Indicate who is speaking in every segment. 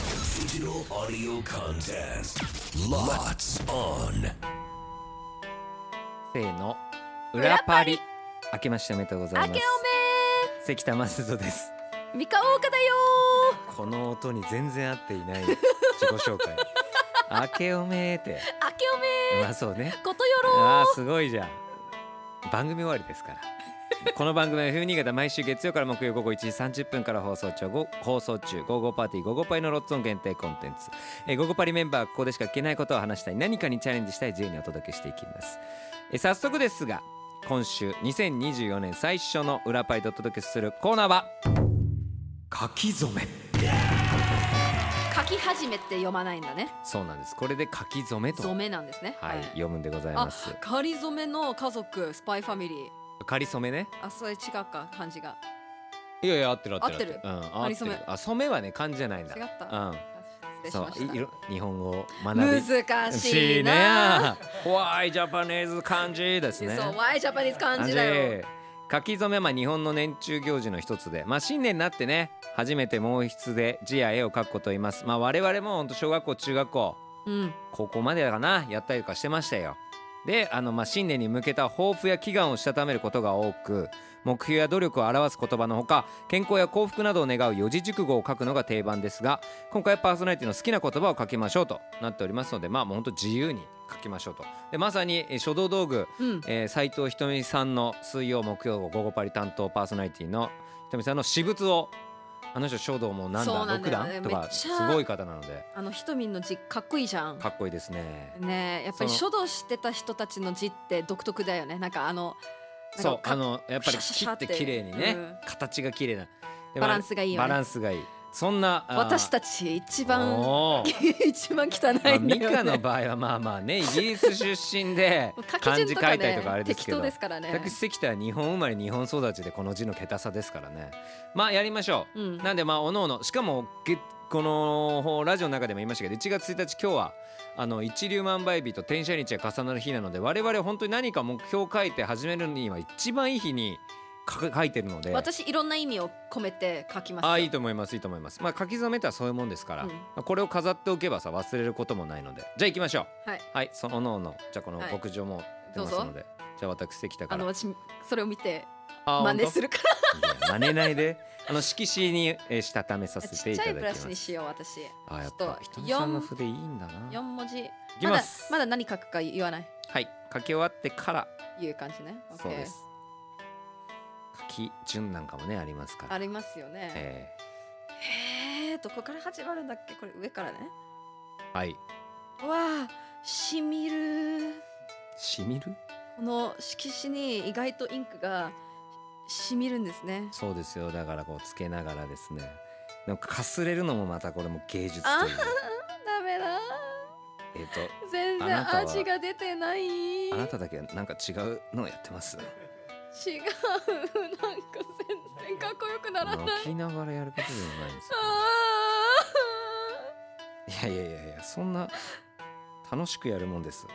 Speaker 1: Digital audio contest. Lots on.
Speaker 2: せーの
Speaker 3: 裏
Speaker 2: 裏
Speaker 3: パ
Speaker 2: パ
Speaker 3: リ
Speaker 2: リ明けましておめでとうござい
Speaker 3: あ
Speaker 2: ま
Speaker 3: け
Speaker 2: す
Speaker 3: お
Speaker 2: 関田正人です
Speaker 3: めー三河岡だよ
Speaker 2: この音に全然合っていない自己紹介 明けおめーって
Speaker 3: ーあけおめ
Speaker 2: まあそうね
Speaker 3: ーことよろ
Speaker 2: あーすごいじゃん番組終わりですからこの番組は FM 新潟毎週月曜から木曜午後1時30分から放送中ご放送中午後パーティー午後パイのロッツオン限定コンテンツえー午後パリメンバーはここでしか聞けないことを話したい何かにチャレンジしたい自由にお届けしていきますえー早速ですが今週2024年最初の裏パイでお届けするコーナーは書き初め
Speaker 3: 書き始めって読まないんだね
Speaker 2: そうなんですこれで書き初めと
Speaker 3: 染めなんですね
Speaker 2: はい読むんでござい
Speaker 3: あ
Speaker 2: ます
Speaker 3: 仮染めの家族スパイファミリー
Speaker 2: 仮染めね
Speaker 3: あそれ違うか漢字が
Speaker 2: いやいや合ってる合って
Speaker 3: 合
Speaker 2: る
Speaker 3: って
Speaker 2: うん、
Speaker 3: あ
Speaker 2: 合
Speaker 3: り
Speaker 2: って
Speaker 3: そうめ
Speaker 2: るあ染めはね漢字じゃないんだ
Speaker 3: 違った
Speaker 2: う
Speaker 3: 失礼しま
Speaker 2: んそういい
Speaker 3: し
Speaker 2: ろ日本語を
Speaker 3: た
Speaker 2: 学び
Speaker 3: 難しいな
Speaker 2: ホワイジャパニーズ漢字ですね
Speaker 3: そうワイジャパニーズ漢字だよ
Speaker 2: 書き初めは日本の年中行事の一つで、まあ、新年になってね初めて毛筆で字や絵を描くことを言います、まあ、我々も本当小学校中学校
Speaker 3: うん
Speaker 2: 高校までかなやったりとかしてましたよであのまあ新年に向けた抱負や祈願をしたためることが多く目標や努力を表す言葉のほか健康や幸福などを願う四字熟語を書くのが定番ですが今回はパーソナリティの好きな言葉を書きましょうとなっておりますのでまあもうほんと自由に書きましょうとでまさにえー書道道具
Speaker 3: うん
Speaker 2: えー斉藤ひとみさんの水曜木曜午後パリ担当パーソナリティのひとみさんの私物をあの人書道もう何
Speaker 3: そう
Speaker 2: 段、
Speaker 3: なんだ
Speaker 2: 6
Speaker 3: よ
Speaker 2: 段と
Speaker 3: め
Speaker 2: か
Speaker 3: っ
Speaker 2: す
Speaker 3: ちゃ
Speaker 2: ごい方なので
Speaker 3: あのひとみんの字かっこいいじゃん
Speaker 2: かっこいいですね。
Speaker 3: ねえやっぱり
Speaker 2: そ
Speaker 3: 書道してた人たちの字って独特だよねなんかあのなん
Speaker 2: そう
Speaker 3: か
Speaker 2: あのやっぱり
Speaker 3: シ
Speaker 2: 切
Speaker 3: ャシャシャ
Speaker 2: っ
Speaker 3: って
Speaker 2: て綺麗にね、
Speaker 3: うん
Speaker 2: 形が綺麗なで
Speaker 3: バランスがいいよね
Speaker 2: バランスがいいそんな
Speaker 3: 私
Speaker 2: ち
Speaker 3: たち一番
Speaker 2: おー
Speaker 3: 一番汚いん
Speaker 2: ま
Speaker 3: だ
Speaker 2: あ、
Speaker 3: よ
Speaker 2: ミカの
Speaker 3: ね
Speaker 2: 場合はまあまあ ねイギリス出身で
Speaker 3: 書
Speaker 2: 漢
Speaker 3: き
Speaker 2: 字
Speaker 3: 順
Speaker 2: 書
Speaker 3: とか
Speaker 2: いたりとかあ
Speaker 3: ね
Speaker 2: れです
Speaker 3: 適
Speaker 2: けど
Speaker 3: 当ですからね
Speaker 2: 私関田は日本生まれ日本育ちでこの字の桁差ですからねまあやりましょう、
Speaker 3: うん
Speaker 2: なんでまあおのおのしかもげこのラジオの中でも言いましたけど1月1日今日はあの一粒万倍日と転写日が重なる日なので我々本当に何か目標を書いて始めるには一番いい日に書か書いてるので
Speaker 3: 私いろんな意味を込めて書きますよ
Speaker 2: あいいと思いますいいと思いますまあ書き初めとはそういうもんですから、
Speaker 3: うん
Speaker 2: まあこれを飾っておけばさ忘れることもないのでじゃあ行きましょう
Speaker 3: はい
Speaker 2: はいそのおのおのじゃあこの
Speaker 3: はい
Speaker 2: 牧場も出ますので、じゃあ私関田か
Speaker 3: あ
Speaker 2: ら
Speaker 3: の私それを見て
Speaker 2: あ
Speaker 3: 真似
Speaker 2: 本当
Speaker 3: するから
Speaker 2: いや真似ないであの色紙にえーしたためさせ
Speaker 3: ち
Speaker 2: て
Speaker 3: っ
Speaker 2: い
Speaker 3: ちゃ
Speaker 2: ただき
Speaker 3: いブ
Speaker 2: ま
Speaker 3: ラシ
Speaker 2: す
Speaker 3: にしよう私
Speaker 2: あやっ
Speaker 3: ちょっ
Speaker 2: ぱ
Speaker 3: と
Speaker 2: ひとみさんの
Speaker 3: 四
Speaker 2: 筆いいんだな
Speaker 3: 四文字
Speaker 2: きます
Speaker 3: まだまだ何書くか言わない
Speaker 2: はい書き終わってから
Speaker 3: いう感じね OK
Speaker 2: そうです書き順なんかもねありますから
Speaker 3: ありますよね
Speaker 2: え
Speaker 3: へえどこから始まるんだっけこれ上からね
Speaker 2: ーはい
Speaker 3: わあしみる
Speaker 2: しみる
Speaker 3: この色紙に意外とインクがしみるんですね
Speaker 2: そうですよだからこうつけながらですねでもかすれるのもまたこれも芸術と
Speaker 3: あ
Speaker 2: いう
Speaker 3: ーダメだ
Speaker 2: えっ、と
Speaker 3: 全
Speaker 2: あな
Speaker 3: 然
Speaker 2: たは
Speaker 3: 味が出てない違
Speaker 2: あ
Speaker 3: うなん
Speaker 2: な
Speaker 3: か
Speaker 2: ただけなんか違うのをやってます
Speaker 3: 全然かっこよくならない
Speaker 2: 泣きながらやることでもないん です
Speaker 3: あ
Speaker 2: よいやいやいやいやそんな楽しくやるもんです
Speaker 3: ー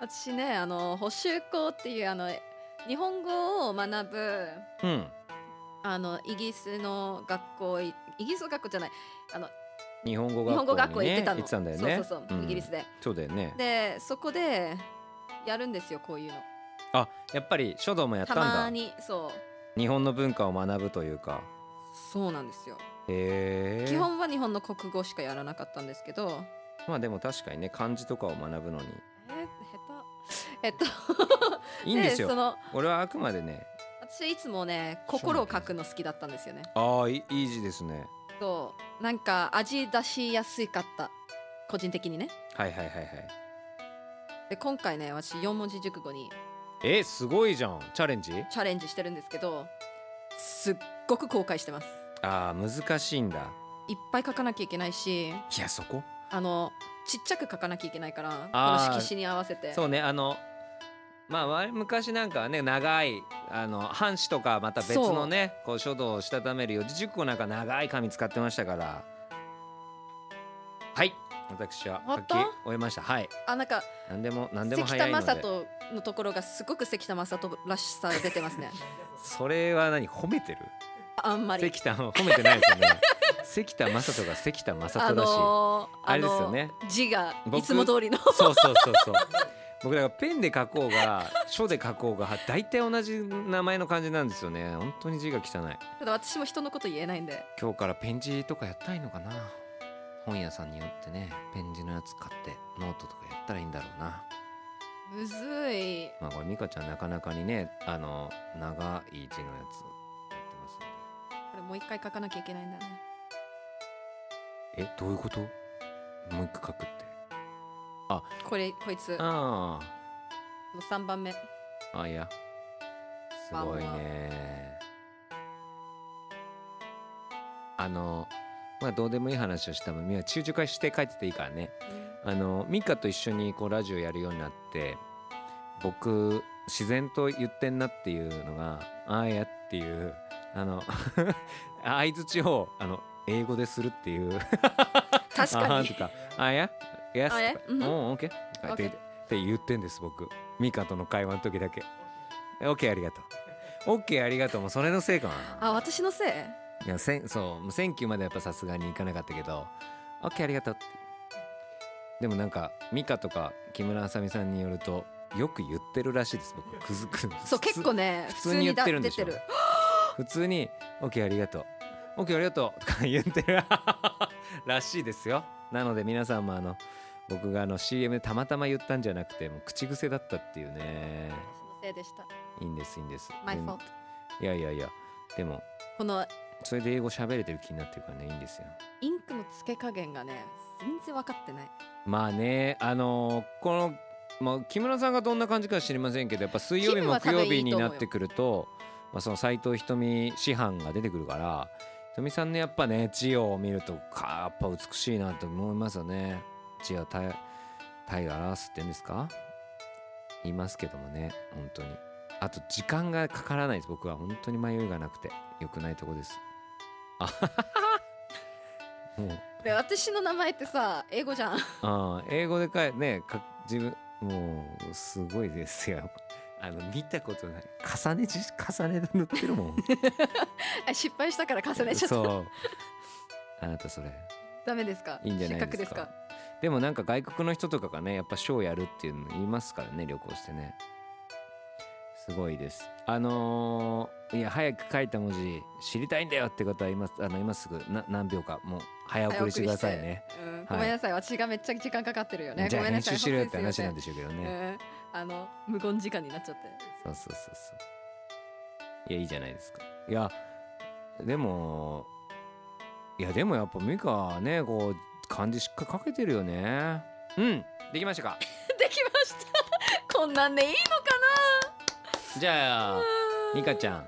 Speaker 3: 私ねあの補習校っていうあの日本語を学ぶ
Speaker 2: うん
Speaker 3: あのイギリスの学校いイギリスの学校じゃないあの
Speaker 2: 日本語
Speaker 3: 日本語
Speaker 2: 学
Speaker 3: 学校
Speaker 2: 校に
Speaker 3: 行
Speaker 2: ね
Speaker 3: ってたの、
Speaker 2: 行ってたんだよね
Speaker 3: そうそうそう、
Speaker 2: ん
Speaker 3: イギリスで
Speaker 2: そうだよね
Speaker 3: でそこでやるんですよこういうの
Speaker 2: あやっぱり書道もやった
Speaker 3: た
Speaker 2: んだ
Speaker 3: まにそう
Speaker 2: 日本の文化を学ぶというか
Speaker 3: そうなんですよ
Speaker 2: へえ
Speaker 3: 基本は日本の国語しかやらなかったんですけど
Speaker 2: まあでも確かにね漢字とかを学ぶのに
Speaker 3: えー、下手えっと
Speaker 2: いいんです
Speaker 3: そ
Speaker 2: よ
Speaker 3: の
Speaker 2: 俺はあくまでね
Speaker 3: 私はいつもね心を書くの好きだったんですよね
Speaker 2: ああいいい字ですね
Speaker 3: そうなんか味出しやすかった個人的にね
Speaker 2: はいはいはいはい
Speaker 3: で今回ね私4文字熟語に
Speaker 2: えすごいじゃんチャレンジ
Speaker 3: チャレンジしてるんですけどすっごく後悔してます
Speaker 2: ああ難しいんだ
Speaker 3: いっぱい書かなきゃいけないし
Speaker 2: いやそこ
Speaker 3: あのちっちゃく書かなきゃいけないからこ
Speaker 2: あー
Speaker 3: の色紙に合わせて
Speaker 2: そうねあのまあわり昔なんかはね長いあの半紙とかまた別のねこう書道をしたためる四字熟語なんか長い紙使ってましたからはい私は
Speaker 3: 終わ
Speaker 2: 書
Speaker 3: っ
Speaker 2: き
Speaker 3: た
Speaker 2: 終えましたはい
Speaker 3: あなんか
Speaker 2: 何でも何でも早
Speaker 3: 関田
Speaker 2: いの
Speaker 3: 正
Speaker 2: で
Speaker 3: 人のところがすごく関田正人らしさ出てますね
Speaker 2: それは何褒めてる
Speaker 3: あんまり
Speaker 2: 関田を褒めてないですよね関田正人が関田正
Speaker 3: あ
Speaker 2: 人だし、
Speaker 3: のー
Speaker 2: あれですよね
Speaker 3: あの字が
Speaker 2: 僕
Speaker 3: いつも通りの
Speaker 2: そうそうそうそう僕だからペンで書こうが書で書こうが大体同じ名前の漢字なんですよね本当に字が汚い
Speaker 3: ただ私も人のこと言えないんで
Speaker 2: 今日からペン字とかやったらいいのかな本屋さんによってねペン字のやつ買ってノートとかやったらいいんだろうな
Speaker 3: むずい
Speaker 2: まあこれ美香ちゃんなかなかにねあの長い字のやつをやってますんで
Speaker 3: これもう一回書かなきゃいけないんだね
Speaker 2: えどういうこともう一回書くって
Speaker 3: これこいつも
Speaker 2: あ
Speaker 3: う3番目
Speaker 2: ああいやすごい
Speaker 3: まあま
Speaker 2: ねあのまあどうでもいい話をしたもんみは中中化して書いてていいからねあのミカと一緒にこうラジオやるようになって僕自然と言ってんなっていうのが「ああや」っていうあの 相づちをあの英語でするっていう
Speaker 3: 確か
Speaker 2: あー
Speaker 3: に
Speaker 2: とか、あや、やす
Speaker 3: あや
Speaker 2: とか、う、
Speaker 3: うんん
Speaker 2: オッケー、とかって
Speaker 3: OK
Speaker 2: って言ってんです僕。ミカとの会話の時だけ。オッケーありがとう。オッケーありがとうもうそれのせいか
Speaker 3: あ
Speaker 2: な。
Speaker 3: 私のせい
Speaker 2: いやせんそうもうセンキューまでやっぱさすがに行かなかったけど、オッケーありがとうって。でもなんかミカとか木村あさみさんによるとよく言ってるらしいです僕。くずくず。
Speaker 3: そう結構ね
Speaker 2: 普
Speaker 3: 普
Speaker 2: 通
Speaker 3: 通
Speaker 2: に言
Speaker 3: に
Speaker 2: って
Speaker 3: だ
Speaker 2: るんで
Speaker 3: 出
Speaker 2: しょ
Speaker 3: てる
Speaker 2: 普通に「OK ありがとう」「OK ありがとう」とか言ってる らしいですよなので皆さんもあの僕があの CM でたまたま言ったんじゃなくてもう口癖だったっていうね
Speaker 3: 私のせいでした
Speaker 2: いいんですいいんです
Speaker 3: My
Speaker 2: 全
Speaker 3: fault
Speaker 2: いやいやいやでも
Speaker 3: この
Speaker 2: それで英語喋れてる気になってるからねいいんですよ
Speaker 3: インクの付け加減がね全然分かってない
Speaker 2: まあねあのこの、まあ、木村さんがどんな感じか知りませんけどやっぱ水曜日
Speaker 3: キムは
Speaker 2: 木
Speaker 3: 多
Speaker 2: 曜
Speaker 3: 分い
Speaker 2: 日
Speaker 3: いと
Speaker 2: に
Speaker 3: 思うよ
Speaker 2: なってくると、まあ、その斎藤ひとみ師範が出てくるからひとみさんのやっぱね字を見るとかやっぱ美しいなと思いますよね字はタイタイが表すって言うんですか言いますけどもね本当にあと時間がかからないです僕は本当に迷いがなくて良くないとこですあははははもう
Speaker 3: で私の名前ってさ英語じゃん
Speaker 2: ああ英語で書いねか自分もうすごいですよ あの見たことない重ね字 重ねで塗ってるも ん
Speaker 3: あ失敗したから重ねちゃった
Speaker 2: そうあなたそれ
Speaker 3: ダメですか
Speaker 2: いいんじゃない
Speaker 3: 失格
Speaker 2: で
Speaker 3: ですす
Speaker 2: か
Speaker 3: か
Speaker 2: でもなんか外国の人とかがねやっぱショーやるっていうの言いますからね旅行してねすごいですあのーいや早く書いた文字知りたいんだよって方は今あの今すぐな何秒かもう早送りしてくださいね、
Speaker 3: 早送りしてうん
Speaker 2: い
Speaker 3: ごめんなさい私がめっちゃ時間かかってるよね
Speaker 2: じゃあ
Speaker 3: ごめんな
Speaker 2: 編
Speaker 3: さい
Speaker 2: 集しろよって話なん
Speaker 3: で
Speaker 2: でしょうけどね、
Speaker 3: あの無言時間になっちゃって
Speaker 2: そうそうそうそういやいいじゃないですかいやでもいやでもやっぱミカはねこう漢字しっかり書けてるよねうんできましたか
Speaker 3: できましたこんなんでいいのか
Speaker 2: じゃあ
Speaker 3: な
Speaker 2: ミカちゃん
Speaker 3: は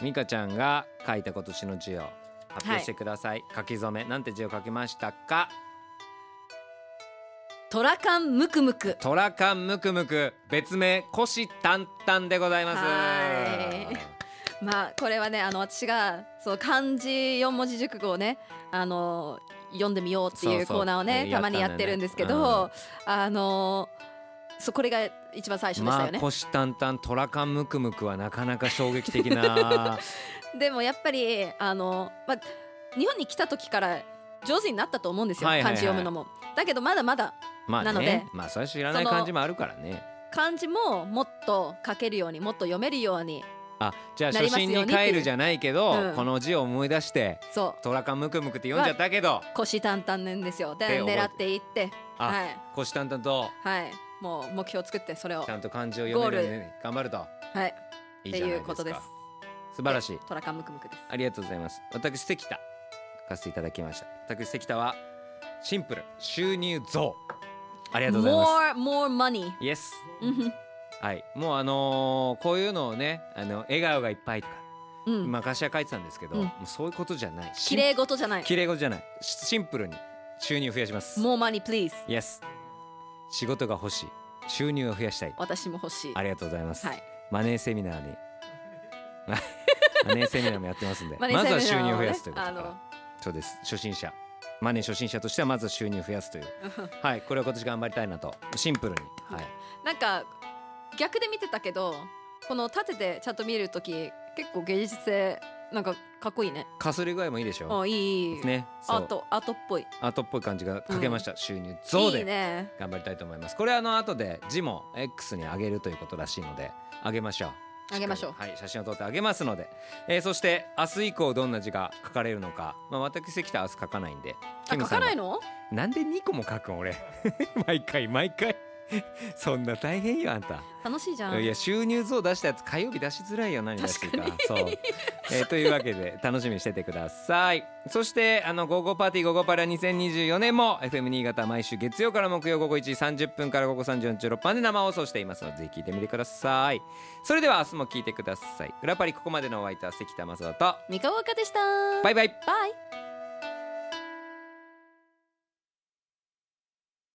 Speaker 3: い
Speaker 2: ミカちゃんが書いた今年の字を発表してください、書き初めなんて字を書きましたか
Speaker 3: トラカンムクムク
Speaker 2: トラカンムクムク別名虎視眈々でございます
Speaker 3: はまあこれはねあの私がそう漢字四文字熟語をねあの読んでみようって
Speaker 2: そ
Speaker 3: いうう
Speaker 2: そう
Speaker 3: コーナーをね
Speaker 2: ね
Speaker 3: たまに
Speaker 2: や
Speaker 3: や
Speaker 2: ったんだよね
Speaker 3: ってるんですけど、あのそうこれが一番最初でした
Speaker 2: ま
Speaker 3: よ
Speaker 2: あ
Speaker 3: ね、
Speaker 2: 虎視眈々トラカンムクムクはなかなか衝撃的な
Speaker 3: でもやっぱりあの、まあ、日本に来た時から上手になったと思うんですよ、
Speaker 2: はいはいはい
Speaker 3: 漢字読むのもだけどまだまだ
Speaker 2: まあね、
Speaker 3: なので
Speaker 2: まあそれは知らない
Speaker 3: その
Speaker 2: 感じもあるからね
Speaker 3: 漢字ももっと書けるようにもっと読めるように
Speaker 2: あじゃあ
Speaker 3: な
Speaker 2: 初
Speaker 3: りますよう
Speaker 2: 心
Speaker 3: に
Speaker 2: に帰るじゃないけど
Speaker 3: っていううん
Speaker 2: この字を思い出して
Speaker 3: そ
Speaker 2: 「トラカムクムク」って読んじゃったけど
Speaker 3: う腰たんたんなんですよ
Speaker 2: で
Speaker 3: で
Speaker 2: 覚えて
Speaker 3: 狙っていって
Speaker 2: あ、
Speaker 3: はい
Speaker 2: 腰たんたんと
Speaker 3: はいもう目標を作ってそれを
Speaker 2: ちゃんと漢字を読めるように頑張ると
Speaker 3: はい
Speaker 2: いい
Speaker 3: って
Speaker 2: じゃない
Speaker 3: い
Speaker 2: です
Speaker 3: う
Speaker 2: か
Speaker 3: ことです
Speaker 2: 素晴らしい
Speaker 3: トラカンムクムクです
Speaker 2: ありがとうございます私関田書かせていただきました私関田はシンプル収入増ありがとうございます
Speaker 3: more more money
Speaker 2: イエス
Speaker 3: うん
Speaker 2: はいもうあのーこういうのをねあの笑顔がいっぱいとか、
Speaker 3: うん
Speaker 2: 昔は書いてたんですけど、
Speaker 3: うん
Speaker 2: もうそういうことじゃない
Speaker 3: 綺麗事じゃない
Speaker 2: 綺麗事じゃないシシンプルに収入を増やします
Speaker 3: more money please
Speaker 2: Yes 仕事が欲しい収入を増やしたい
Speaker 3: 私も欲しい
Speaker 2: あ
Speaker 3: は
Speaker 2: りがとうございます、
Speaker 3: い
Speaker 2: マネーセミナー にマネーセミナーもやってますんで
Speaker 3: マネー
Speaker 2: まず
Speaker 3: セ
Speaker 2: は収
Speaker 3: ミナー
Speaker 2: 入
Speaker 3: をね
Speaker 2: を増やすということか
Speaker 3: あ
Speaker 2: ら
Speaker 3: の
Speaker 2: そうです初心者マネー初心者としてはまずは収入を増やすというはいこれを今年頑張りたいなとシンプルにはい
Speaker 3: なんか逆で見てたけどこの縦でちゃんと見るとき結構芸術性なんかかっこいいね
Speaker 2: かすり具合もいいでしょ
Speaker 3: あいいいいいい
Speaker 2: ねそ
Speaker 3: アー
Speaker 2: う
Speaker 3: トアートっぽい
Speaker 2: アートっぽい感じがかけました、収入増
Speaker 3: いい
Speaker 2: で
Speaker 3: ね
Speaker 2: 頑張りたいと思いますこれあの後で字も X に上げるということらしいので上げましょう
Speaker 3: あげましょう
Speaker 2: っかりはい写真を撮ってあげますので、えーそして明日以降どんな字が書かれるのか、まあ、私関田は明日書かないんで
Speaker 3: あ書かない
Speaker 2: の
Speaker 3: の
Speaker 2: なんで2個も書くん俺 毎回毎回 そんな大変よあんた
Speaker 3: 楽しいじゃん
Speaker 2: いや収入増出したやつ火曜日出しづらいよ何出してるかそう、 えーというわけで楽しみにしててくださいそしてあの「ゴーゴーパーティーゴーゴーパラ2024年」も FM 新潟毎週月曜から木曜午後1時30分から午後3時46分で生放送していますのでぜひ聞いてみてくださいそれでは明日も聞いてください裏パリここまでのお相手は関田正人と
Speaker 3: 三河岡でした
Speaker 2: バイバイ
Speaker 3: バイ